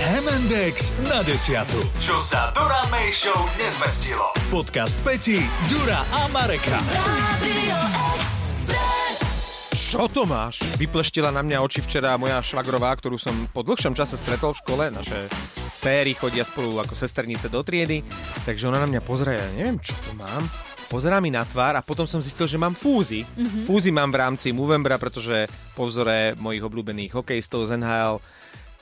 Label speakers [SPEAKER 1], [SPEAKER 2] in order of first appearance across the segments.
[SPEAKER 1] Index na desiatu. Čo sa Dura May Show nezmestilo. Podcast Peti, Dura a Mareka.
[SPEAKER 2] Čo to máš? Vypleštila na mňa oči včera moja švagrová, ktorú som po dlhšom čase stretol v škole. Naše céry chodia spolu ako sesternice do triedy, takže ona na mňa pozrie, ja neviem, čo to mám. Pozerá mi na tvár a potom som zistil, že mám fúzy. Mm-hmm. Fúzy mám v rámci Movembra, pretože po vzore mojich obľúbených hokejistov z NHL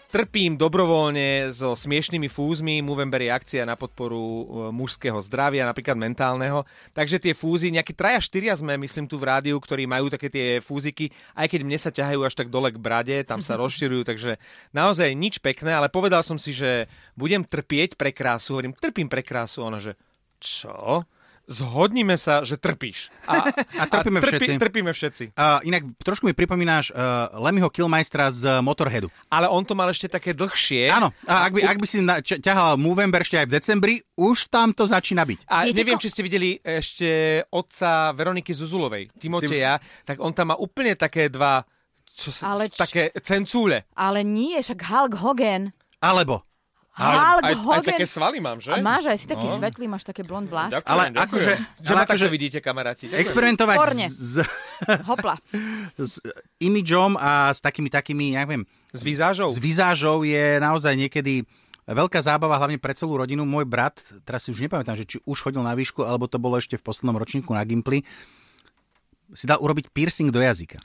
[SPEAKER 2] trpím dobrovoľne so smiešnými fúzmi. Movember je akcia na podporu e, mužského zdravia, napríklad mentálneho. Takže tie fúzy, nejaké traja, štyria sme, myslím, tu v rádiu, ktorí majú také tie fúziky, aj keď mne sa ťahajú až tak dole k brade, tam sa rozširujú, takže naozaj nič pekné, ale povedal som si, že budem trpieť pre krásu. Hovorím, trpím pre krásu. Ona, že čo? Zhodníme sa, že trpíš. A, a
[SPEAKER 3] trpíme všetci.
[SPEAKER 2] Trpíme všetci.
[SPEAKER 3] Uh, inak trošku mi pripomínáš uh, Lemmyho Killmeistera z Motorheadu.
[SPEAKER 2] Ale on to mal ešte také dlhšie.
[SPEAKER 3] Áno, a ak by, ak by si na, č- ťahal Movember ešte aj v decembri, už tam to začína byť.
[SPEAKER 2] A
[SPEAKER 4] Viete,
[SPEAKER 2] neviem,
[SPEAKER 4] ko-
[SPEAKER 2] či ste videli ešte otca Veroniky Zuzulovej, Timoteja, tak on tam má úplne také dva čo sa,
[SPEAKER 4] Ale
[SPEAKER 2] Ale
[SPEAKER 4] č-
[SPEAKER 2] také cencúle.
[SPEAKER 4] Ale nie, však Hulk Hogan.
[SPEAKER 3] Alebo.
[SPEAKER 4] Hulk
[SPEAKER 2] aj, aj
[SPEAKER 4] Hogan.
[SPEAKER 2] také svaly mám, že?
[SPEAKER 4] A máš aj si taký no. svetlý, máš také blond vlásky.
[SPEAKER 2] Ďakujem,
[SPEAKER 3] Ale
[SPEAKER 2] ďakujem.
[SPEAKER 3] akože-
[SPEAKER 2] Že
[SPEAKER 3] ale
[SPEAKER 2] ma takto
[SPEAKER 3] akože-
[SPEAKER 2] vidíte, kamaráti. Ďakujem.
[SPEAKER 3] Experimentovať
[SPEAKER 4] Výborne.
[SPEAKER 3] s,
[SPEAKER 4] Hopla.
[SPEAKER 3] s imidžom a s takými takými, ja neviem,
[SPEAKER 2] S výzážou.
[SPEAKER 3] s vizážou je naozaj niekedy veľká zábava, hlavne pre celú rodinu. Môj brat, teraz si už nepamätám, že či už chodil na výšku, alebo to bolo ešte v poslednom ročníku na Gimply, si dal urobiť piercing do jazyka.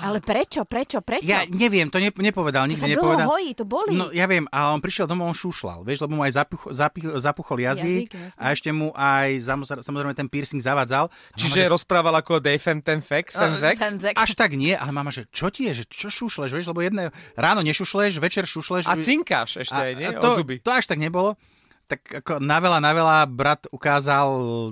[SPEAKER 4] Ale prečo, prečo, prečo?
[SPEAKER 3] Ja neviem, to ne, nepovedal,
[SPEAKER 4] to sa
[SPEAKER 3] nikdy
[SPEAKER 4] dlho
[SPEAKER 3] nepovedal.
[SPEAKER 4] hojí, to boli.
[SPEAKER 3] No ja viem, ale on prišiel domov, on šušlal, vieš, lebo mu aj zapuch, zapich, zapuchol jazyk,
[SPEAKER 4] Jazyk, jasné.
[SPEAKER 3] a ešte mu aj samozre- samozrejme ten piercing zavadzal. A
[SPEAKER 2] Čiže
[SPEAKER 3] mama,
[SPEAKER 2] rozprával ako Dave and ten fek, Fenzek.
[SPEAKER 3] že,
[SPEAKER 4] Fenzek.
[SPEAKER 3] až tak nie, ale mama, že čo ti je, že čo šušleš, vieš, lebo jedné ráno nešušleš, večer šušleš.
[SPEAKER 2] A cinkáš ešte aj, nie?
[SPEAKER 3] to,
[SPEAKER 2] o zuby.
[SPEAKER 3] to až tak nebolo. Tak ako na veľa, na veľa brat ukázal,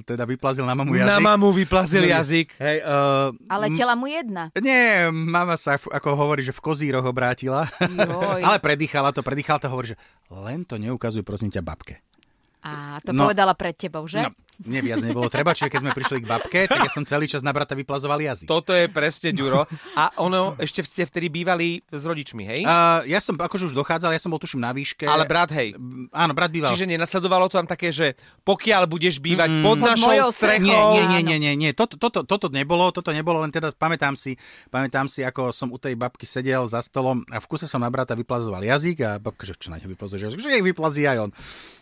[SPEAKER 3] teda vyplazil na mamu jazyk.
[SPEAKER 2] Na
[SPEAKER 3] No
[SPEAKER 2] mamu vyplazil jazyk.
[SPEAKER 3] Hej, uh,
[SPEAKER 4] Ale tela mu jedna.
[SPEAKER 3] nie, mama sa, f- ako hovorí, že v kozíroch obrátila.
[SPEAKER 4] Joj.
[SPEAKER 3] Ale predýchala to, predýchala to, hovorí, že len to neukazuj, prosím ťa, babke.
[SPEAKER 4] A to
[SPEAKER 3] No.
[SPEAKER 4] povedala pred tebou, že?
[SPEAKER 3] No, mne viac nebolo treba, čiže keď sme prišli k babke, tak ja som celý čas na brata vyplazoval jazyk.
[SPEAKER 2] Toto je presne Ďuro. A ono, ešte ste vtedy bývali s rodičmi, hej?
[SPEAKER 3] Uh, ja som akože už dochádzal, ja som bol tuším na výške.
[SPEAKER 2] Ale brat, hej.
[SPEAKER 3] M, Áno, brat býval.
[SPEAKER 2] Čiže nenasledovalo to tam také, že pokiaľ budeš bývať pod
[SPEAKER 4] Pod
[SPEAKER 2] našou
[SPEAKER 4] mojou
[SPEAKER 2] strechou...
[SPEAKER 3] Nie, nie, nie,
[SPEAKER 4] Áno.
[SPEAKER 3] nie, nie, nie. Toto, toto, toto nebolo, toto nebolo, len teda pamätám si, pamätám si, ako som u tej babky sedel za stolom a v kuse som na brata vyplazoval jazyk a babka, že čo na ňa vyplazuje, že že nech vyplazí aj on.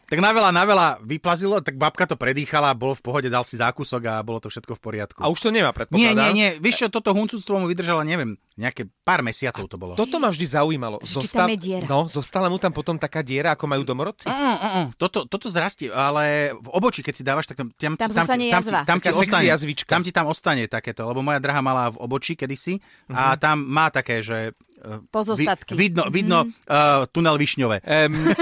[SPEAKER 3] Tak na veľa, na veľa vyplazilo, tak babka to predýchala, bolo v pohode, dal si zákusok a bolo to všetko v poriadku.
[SPEAKER 2] A už to nemá,
[SPEAKER 3] nie,
[SPEAKER 2] predpokladám.
[SPEAKER 3] nie, nie, vieš čo, toto huncúctvo mu vydržalo, neviem, nejaké pár mesiacov to bolo.
[SPEAKER 2] Toto ma vždy zaujímalo.
[SPEAKER 4] Že či tam je diera.
[SPEAKER 2] No, zostala mu tam potom taká diera, ako majú domorodci?
[SPEAKER 3] Mm, mm, mm. Toto, toto zrastie, ale v obočí, keď si dávaš, tak tam, tam,
[SPEAKER 4] Tam
[SPEAKER 3] tam, ti,
[SPEAKER 4] zostane
[SPEAKER 3] tam, ti,
[SPEAKER 4] jazva.
[SPEAKER 3] tam, ti
[SPEAKER 2] Taká sexy
[SPEAKER 3] ostane,
[SPEAKER 2] jazvička.
[SPEAKER 3] tam ti tam ostane takéto, lebo moja drahá mala v obočí kedysi
[SPEAKER 2] Mhm.
[SPEAKER 3] a tam má také, že... eh,
[SPEAKER 4] Pozostatky. Mhm.
[SPEAKER 3] Vi, vidno, vidno uh, tunel Višňové.
[SPEAKER 2] Um,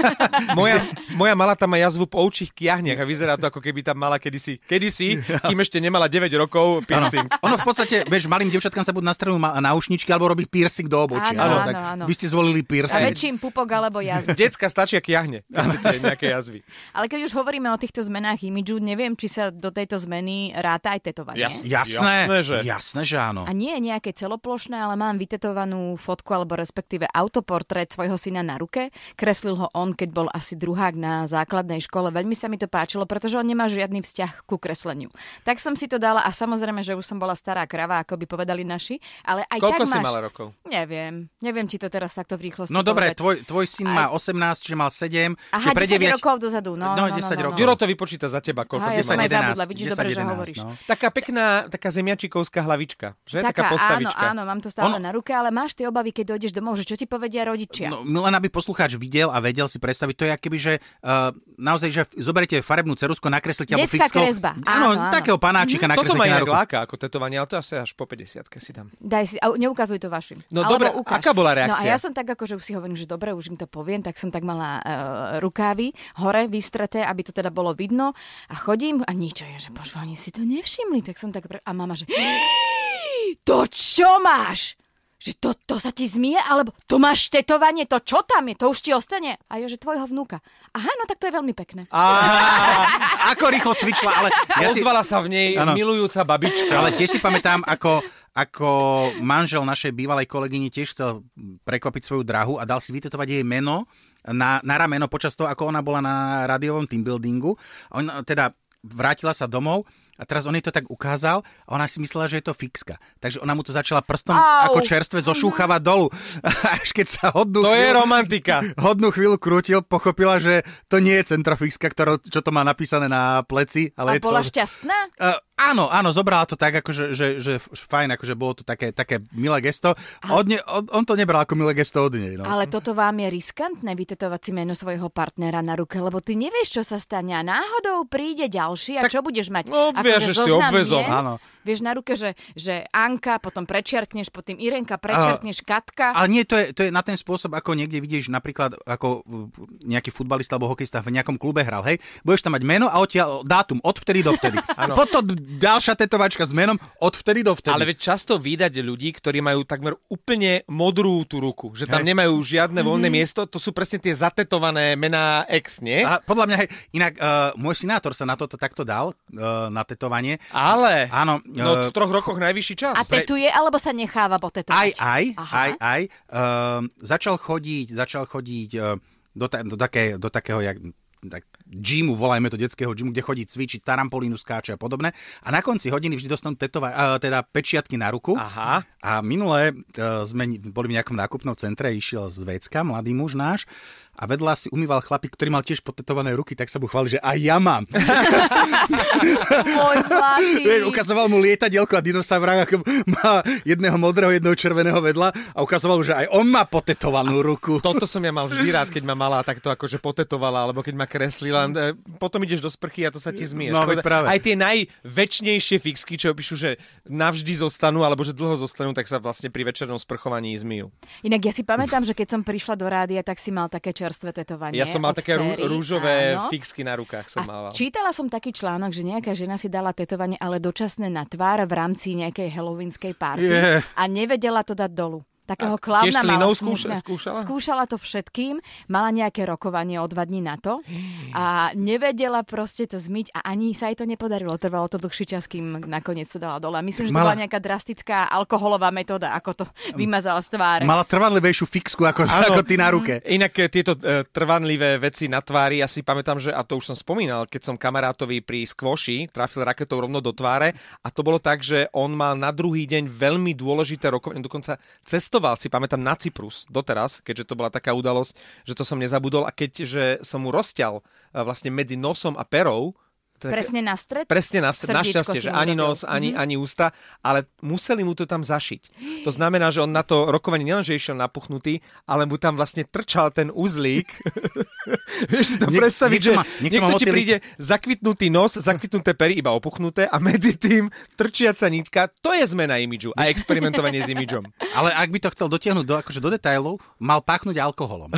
[SPEAKER 2] moja, moja mala tam má jazvu po ovčích kiahniach a vyzerá to, ako keby tam mala kedysi, kedysi kým ešte nemala 9 rokov, piercing.
[SPEAKER 3] Ono v podstate, vieš, malým devčatkám sa buď nastrelú ma- náušničky alebo robiť piercing do obočí.
[SPEAKER 4] Áno,
[SPEAKER 3] áno,
[SPEAKER 4] áno,
[SPEAKER 3] tak
[SPEAKER 4] áno.
[SPEAKER 3] Vy ste zvolili
[SPEAKER 4] A
[SPEAKER 3] piercing.
[SPEAKER 4] väčším pupok alebo jazd.
[SPEAKER 2] Decka stačia kiahne, keď chcete nejaké jazvy.
[SPEAKER 4] Ale keď už hovoríme o týchto zmenách imidžu, neviem, či sa do tejto zmeny ráta aj tetovanie.
[SPEAKER 2] Jasne.
[SPEAKER 3] Jasné,
[SPEAKER 2] Jasné, že.
[SPEAKER 3] jasné, že áno.
[SPEAKER 4] A nie je nejaké celoplošné, ale mám vytetovanú fotku alebo respektíve autoportrét svojho syna na ruke. Kreslil ho on, keď bol asi druhák na základnej škole. Veľmi sa mi to páčilo, pretože on nemá žiadny vzťah ku kresleniu. Tak som si to dala a samozrejme, že už som bola stará krava, ako by povedali naši, ale aj
[SPEAKER 2] Koľko
[SPEAKER 4] tak
[SPEAKER 2] si
[SPEAKER 4] máš...
[SPEAKER 2] mala rokov?
[SPEAKER 4] Neviem. Neviem, či to teraz takto v rýchlosti
[SPEAKER 3] No dobre,
[SPEAKER 4] povedať.
[SPEAKER 3] tvoj, tvoj syn má 18, čiže mal 7.
[SPEAKER 4] Aha,
[SPEAKER 3] čiže pre
[SPEAKER 4] 10
[SPEAKER 3] deviat-
[SPEAKER 4] rokov dozadu. No,
[SPEAKER 3] No,
[SPEAKER 4] no, no,
[SPEAKER 3] 10
[SPEAKER 4] no, no,
[SPEAKER 3] rokov.
[SPEAKER 2] Juro to vypočíta za teba, koľko
[SPEAKER 4] Aha,
[SPEAKER 2] si
[SPEAKER 4] ja som
[SPEAKER 2] mala.
[SPEAKER 4] aj zabudla,
[SPEAKER 3] 11,
[SPEAKER 4] vidíš, dobre, že
[SPEAKER 3] 10,
[SPEAKER 4] hovoríš.
[SPEAKER 3] no.
[SPEAKER 2] Taká pekná, taká zemiačikovská hlavička, že? Taká,
[SPEAKER 4] áno,
[SPEAKER 2] postavička.
[SPEAKER 4] áno, mám to stále
[SPEAKER 3] Ono-
[SPEAKER 4] na ruke, ale máš tie obavy, keď dojdeš domov, že čo ti povedia rodičia.
[SPEAKER 3] No, len aby poslucháč videl a vedel si predstaviť, to je akoby, že uh, naozaj, že zoberete farebnú ceruzku, nakreslite alebo
[SPEAKER 4] Detská
[SPEAKER 3] fixkou.
[SPEAKER 4] kresba.
[SPEAKER 3] Áno,
[SPEAKER 4] Áno, Mhm. áno.
[SPEAKER 3] takého panáčika mm,
[SPEAKER 2] Toto ma
[SPEAKER 3] nakreslite na
[SPEAKER 2] inak
[SPEAKER 3] ruku.
[SPEAKER 2] láka ako tetovanie, ale to asi až po 50 si dám.
[SPEAKER 4] Daj si, a neukazuj to vašim.
[SPEAKER 2] No
[SPEAKER 4] Alebo
[SPEAKER 2] dobre,
[SPEAKER 4] ukáž.
[SPEAKER 2] aká bola
[SPEAKER 4] No a
[SPEAKER 2] reakcia?
[SPEAKER 4] ja som tak, akože už si hovorím, že dobre, už im to poviem, tak som tak mala e, rukávy hore vystreté, aby to teda bolo vidno a chodím a nič, a ja, že bože, oni si to nevšimli, tak som tak, pre... a mama, že to čo máš? Že to, to sa ti zmije, alebo to máš tetovanie, to čo tam je, to už ti ostane. A jo, že tvojho vnúka. Aha, no tak to je veľmi pekné.
[SPEAKER 2] Á,
[SPEAKER 3] Ako rýchlo svičla, ale ja si,
[SPEAKER 2] ozvala sa v nej
[SPEAKER 3] Áno.
[SPEAKER 2] milujúca babička.
[SPEAKER 3] ale tiež si pamätám, ako, ako manžel našej bývalej kolegyne tiež chcel prekvapiť svoju drahu a dal si vytetovať jej meno eh, na, na rameno počas toho, ako ona bola na radiovom teambuildingu. On teda vrátila sa domov a teraz on jej to tak ukázal a ona si myslela, že je to fixka. Takže ona mu to začala prstom
[SPEAKER 4] Au.
[SPEAKER 3] ako čerstve zošúchava dolu. Až keď sa hodnú
[SPEAKER 2] To je romantika.
[SPEAKER 3] hodnú chvíľu krútil, pochopila, že to nie je centrofixka, ktorá, čo to má napísané na pleci. Ale
[SPEAKER 4] Ale
[SPEAKER 3] je
[SPEAKER 4] a bola
[SPEAKER 3] to,
[SPEAKER 4] šťastná?
[SPEAKER 3] Uh, áno, áno, zobrala to tak, akože, že, že f- fajn, akože bolo to také, také milé gesto. A od ne, on, on to nebral ako milé gesto od nej. No.
[SPEAKER 4] Ale toto vám je riskantné vytetovať si meno svojho partnera na ruke, lebo ty nevieš, čo sa stane a náhodou príde ďalší a
[SPEAKER 3] Tak-
[SPEAKER 4] čo budeš mať?
[SPEAKER 2] No, obviažeš si
[SPEAKER 4] zoznam
[SPEAKER 2] obväzom.
[SPEAKER 4] mien?
[SPEAKER 3] Áno.
[SPEAKER 4] Vieš na ruke, že, že Anka, potom prečiarkneš, potom Irenka, prečiarkneš Katka.
[SPEAKER 3] Ale nie, to je, to je na ten spôsob, ako niekde vidíš napríklad, ako uh, nejaký futbalista alebo hokejista v nejakom klube hral, hej, budeš tam mať meno a odtiaľ dátum od vtedy do vtedy. Potom ďalšia tetovačka s menom od vtedy do vtedy.
[SPEAKER 2] Ale veď často vydať ľudí, ktorí majú takmer úplne modrú tú ruku, že tam nemajú žiadne
[SPEAKER 3] Mhm.
[SPEAKER 2] voľné miesto, to sú presne tie zatetované mená ex, nie?
[SPEAKER 3] A podľa mňa, hej, inak uh, môj senátor sa na toto takto dal, uh, na tetovanie.
[SPEAKER 2] Ale,
[SPEAKER 3] Áno,
[SPEAKER 2] no
[SPEAKER 3] eh,
[SPEAKER 2] v troch rokoch najvyššší čas.
[SPEAKER 4] A tetuje, alebo sa necháva
[SPEAKER 3] Aj,
[SPEAKER 4] potetovať?
[SPEAKER 3] aj,
[SPEAKER 4] Aha.
[SPEAKER 3] aj, aj. Um, začal chodiť, začal chodiť uh, do, ta, do, také, do takého, jak, tak, gymu, volajme to detského gymu, kde chodí cvičiť, tarampolínu skáče a podobné. A na konci hodiny vždy dostanú tetova, uh, teda pečiatky na ruku.
[SPEAKER 2] Aha.
[SPEAKER 3] A minulé uh, sme ni- boli v nejakom nákupnom centre, išiel z Vécka, mladý muž náš, a vedľa si umýval chlapík, ktorý mal tiež potetované ruky, tak sa mu chválil, že aj ja mám.
[SPEAKER 4] Môj zlatý.
[SPEAKER 3] Vieš, ukazoval mu lietadielko a dinosaura, ako má jedného modrého, jedného červeného vedľa a ukazoval mu, že aj on má potetovanú ruku.
[SPEAKER 2] Toto som ja mal vždy rád, keď ma malá takto akože potetovala, alebo keď ma kreslila. E, Potom ideš do sprchy a to sa ti zmie.
[SPEAKER 3] No,
[SPEAKER 2] Škoda.
[SPEAKER 3] veď práve.
[SPEAKER 2] Aj tie najväčšnejšie fixky, čo píšu, že navždy zostanú, alebo že dlho zostanú, tak sa vlastne pri večernom sprchovaní zmijú.
[SPEAKER 4] Inak ja si pamätám, že keď som prišla do rádia, tak si mal také čerstvé tetovanie.
[SPEAKER 2] Ja som mal
[SPEAKER 4] od
[SPEAKER 2] také rú-
[SPEAKER 4] céry,
[SPEAKER 2] rúžové
[SPEAKER 4] áno.
[SPEAKER 2] fixky na rukách som mal.
[SPEAKER 4] A čítala som taký článok, že nejaká žena si dala tetovanie, ale dočasné na tvár v rámci nejakej halloweenskej party
[SPEAKER 3] Je.
[SPEAKER 4] a nevedela to dať dolu.
[SPEAKER 2] A
[SPEAKER 4] Takého klauna
[SPEAKER 2] tiež
[SPEAKER 4] mala
[SPEAKER 2] slinou
[SPEAKER 4] smutná.
[SPEAKER 2] skúša- skúšala?
[SPEAKER 4] Skúšala to všetkým, mala nejaké rokovanie o dva dní na to a nevedela proste to zmyť a ani sa jej to nepodarilo. Trvalo to dlhší čas, kým nakoniec to dala dole. A Myslím, že to
[SPEAKER 3] Mala-
[SPEAKER 4] bola nejaká drastická alkoholová metóda, ako to vymazala z tváre.
[SPEAKER 3] Mala trvanlivejšiu fixku ako, ako ty na ruke.
[SPEAKER 2] Inak e, tieto e, trvanlivé veci na tvári, ja si pamätám, že, a to už som spomínal, keď som kamarátovi pri skvoši trafil raketou rovno do tváre a to bolo tak, že on mal na druhý deň veľmi dôležité rokovanie, dokonca cestoval si, pamätám, na Cyprus doteraz, keďže to bola taká udalosť, že to som nezabudol a keďže som mu rozťal e, vlastne medzi nosom a perou, tak-
[SPEAKER 4] Presne na stred?
[SPEAKER 2] Presne na, našťastie,
[SPEAKER 4] si
[SPEAKER 2] že
[SPEAKER 4] mu Mhm.
[SPEAKER 2] ani
[SPEAKER 4] urobil.
[SPEAKER 2] nos, ani, ani ústa, ale museli mu to tam zašiť. To znamená, že on na to rokovanie nielenže išiel napuchnutý, ale mu tam vlastne trčal ten uzlík. Vieš si to
[SPEAKER 3] Niek-
[SPEAKER 2] predstaviť, že
[SPEAKER 3] niekto má- niekto
[SPEAKER 2] niekto
[SPEAKER 3] má
[SPEAKER 2] ti
[SPEAKER 3] motýlik.
[SPEAKER 2] príde zakvitnutý nos, zakvitnuté pery, iba opuchnuté a medzi tým trčiaca nitka, to je zmena imidžu a experimentovanie s imidžom.
[SPEAKER 3] Mhm. Ale ak by to chcel dotiahnuť do, akože do detailov, mal páchnuť alkoholom.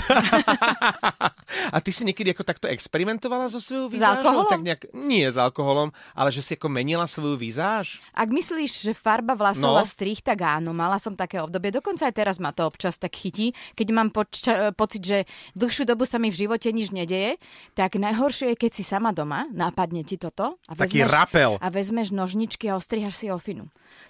[SPEAKER 2] A ty si niekedy ako takto experimentovala so svojou
[SPEAKER 4] S
[SPEAKER 2] výzážou?
[SPEAKER 4] alkoholom?
[SPEAKER 2] Tak nejak, nie s alkoholom, ale že si ako menila svoju výzáž?
[SPEAKER 4] Ak myslíš, že farba vlasov
[SPEAKER 2] No.
[SPEAKER 4] no. a strih, tak áno, mala som také obdobie. Dokonca aj teraz ma to občas tak chytí. Keď mám poča- pocit, že dlhšiu dobu sa mi v živote nič nedeje, tak najhoršie je, keď si sama doma, nápadne ti toto a
[SPEAKER 3] Taký
[SPEAKER 4] vezmeš,
[SPEAKER 3] rapel.
[SPEAKER 4] a vezmeš nožničky a ostrihaš si ofinu.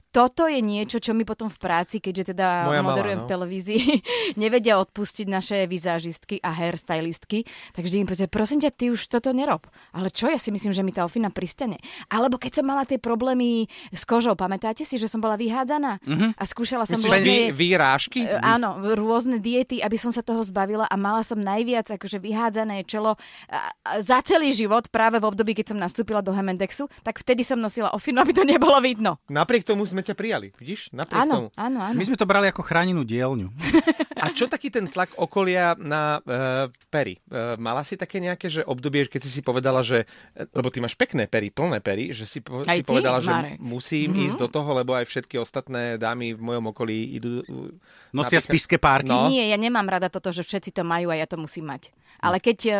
[SPEAKER 4] Toto je niečo, čo mi potom v práci, keďže teda
[SPEAKER 2] Moja malá,
[SPEAKER 4] moderujem
[SPEAKER 2] no.
[SPEAKER 4] v televízii, nevedia odpustiť naše vizážistky a hairstylistky, tak vždy im povedia, prosím ťa, ty už toto nerob. Ale čo, ja si myslím, že mi tá ofina pristane. Alebo keď som mala tie problémy s kožou, pamätáte si, že som bola vyhádzaná a skúšala som
[SPEAKER 2] Mhm. Myslíš, vy,
[SPEAKER 4] vlastne...
[SPEAKER 2] výrážky?
[SPEAKER 4] E, Áno, rôzne diety, aby som sa toho zbavila a mala som najviac akože vyhádzané čelo a, a za celý život práve v období, keď som nastúpila do Hemendexu, tak vtedy som nosila ofinu, aby to nebolo vidno.
[SPEAKER 2] Napriek tomu sme ťa prijali, vidíš? Napriek tomu.
[SPEAKER 4] Áno, áno, áno.
[SPEAKER 3] My sme to brali ako chránenú dielňu.
[SPEAKER 2] A čo taký ten tlak okolia na uh, pery? Uh, mala si také nejaké že obdobie, keď si si povedala, že... eh, Lebo ty máš pekné pery, plné pery, že si, po,
[SPEAKER 4] Aj
[SPEAKER 2] si
[SPEAKER 4] ty, Mhm.
[SPEAKER 2] povedala, že
[SPEAKER 4] Marek?
[SPEAKER 2] musím ísť do toho, lebo aj všetky ostatné dámy v mojom okolí idú... eh,
[SPEAKER 3] Nosia
[SPEAKER 2] napríklad-
[SPEAKER 3] spiske párky.
[SPEAKER 2] No.
[SPEAKER 4] Nie, ja nemám
[SPEAKER 2] No.
[SPEAKER 4] rada toto, že všetci to majú a ja to musím mať. Ale keď eh,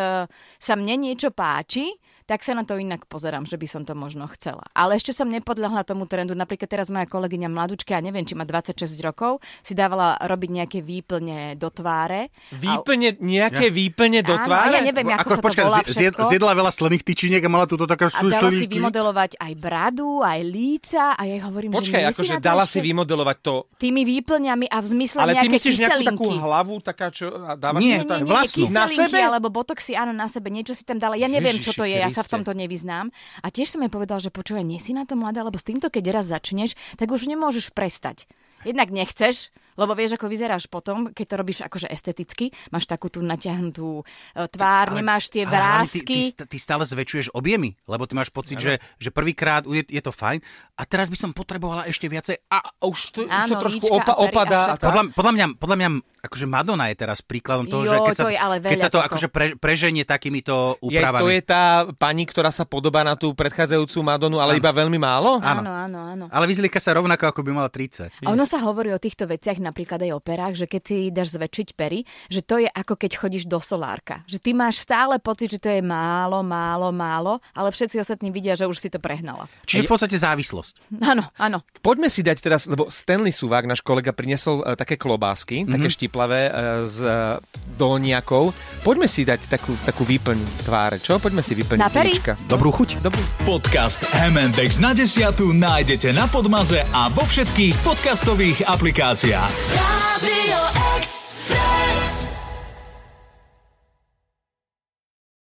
[SPEAKER 4] sa mne niečo páči, tak sa na to inak pozerám, že by som to možno chcela. Ale ešte som nepodľahla tomu trendu. Napríklad teraz moja kolegyňa mladučka, ja neviem, či má 26 rokov, si dávala robiť nejaké výplne do tváre. A-
[SPEAKER 2] Výplne, nejaké výplne do
[SPEAKER 4] Áno,
[SPEAKER 2] tváre?
[SPEAKER 4] ja neviem, ako, sa to
[SPEAKER 3] počkaj,
[SPEAKER 4] volá
[SPEAKER 3] zje- zjed-
[SPEAKER 4] všetko.
[SPEAKER 3] zjedla veľa slených tyčiniek a mala túto taká
[SPEAKER 4] a dala si
[SPEAKER 3] slníky.
[SPEAKER 4] vymodelovať aj bradu, aj líca a ja jej hovorím,
[SPEAKER 2] Počkaj,
[SPEAKER 4] že nie si
[SPEAKER 2] akože
[SPEAKER 4] na to
[SPEAKER 2] dala
[SPEAKER 4] ešte
[SPEAKER 2] si vymodelovať to,
[SPEAKER 4] Tými výplňami a v zmysle
[SPEAKER 2] ale ty
[SPEAKER 4] nejaké
[SPEAKER 2] myslíš nejakú takú
[SPEAKER 4] kyselinky.
[SPEAKER 2] hlavu, taká čo... A dávaš
[SPEAKER 3] Nie,
[SPEAKER 2] si to tak-
[SPEAKER 4] nie, nie,
[SPEAKER 3] vlastnú.
[SPEAKER 4] kyselinky
[SPEAKER 2] Na sebe?
[SPEAKER 4] alebo botoxy, áno, na sebe, niečo si tam dala. Ja neviem, čo to je, ja sa v
[SPEAKER 2] Ježiši
[SPEAKER 4] tomto nevyznám. A tiež som jej povedal, že počúvaj, nie si na to mladá, lebo s týmto, keď raz začneš, tak už nemôžeš prestať. Jednak nechceš, lebo vieš, ako vyzeráš potom, keď to robíš akože esteticky, máš takú tú natiahnutú e, tvár, nemáš tie
[SPEAKER 3] ale hlavne
[SPEAKER 4] vrázky.
[SPEAKER 3] Ty, ty, ty stále zväčšuješ objemy, lebo ty máš pocit, že, že prvýkrát je, je to fajn a teraz by som potrebovala ešte viacej. A
[SPEAKER 2] A už to, už
[SPEAKER 4] Áno,
[SPEAKER 2] to trošku
[SPEAKER 4] líčka
[SPEAKER 2] opa-
[SPEAKER 4] a pery a
[SPEAKER 2] opadá. A
[SPEAKER 4] všetko.
[SPEAKER 2] tak.
[SPEAKER 3] podľa, podľa, mňa, podľa mňa, akože Madonna je teraz príkladom toho, že
[SPEAKER 4] Jo,
[SPEAKER 3] keď sa,
[SPEAKER 4] to je ale
[SPEAKER 3] keď
[SPEAKER 4] veľa
[SPEAKER 3] sa to
[SPEAKER 4] toto.
[SPEAKER 3] akože pre, preženie takýmito
[SPEAKER 2] Je,
[SPEAKER 3] úpravami.
[SPEAKER 2] to je tá pani, ktorá sa podobá na tú predchádzajúcu Madonu, ale iba veľmi málo?
[SPEAKER 3] áno.
[SPEAKER 4] Áno, áno, áno.
[SPEAKER 3] Ale vyzlíka sa rovnako, ako by mala 30.
[SPEAKER 4] A ono sa hovorí o týchto veciach napríklad aj o perách, že keď si dáš zväčšiť pery, že to je ako keď chodíš do solárka. Že ty máš stále pocit, že to je málo, málo, málo, ale všetci ostatní vidia, že už si to prehnala.
[SPEAKER 3] Čiže v podstate závislosť.
[SPEAKER 4] Áno, áno.
[SPEAKER 2] Poďme si dať teraz, lebo Stanley Suvák, náš kolega, priniesol e, také klobásky, mm-hmm. také štiplavé e, z e, dolniakov. Poďme si dať takú, takú výplň tváre, čo? Poďme si vyplniť
[SPEAKER 4] Na pery?
[SPEAKER 2] líčka.
[SPEAKER 3] Dobrú chuť.
[SPEAKER 2] Dobrú.
[SPEAKER 1] Podcast M&X na desiatu nájdete na Podmaze a vo všetkých podcastových aplikáciách.
[SPEAKER 5] Radio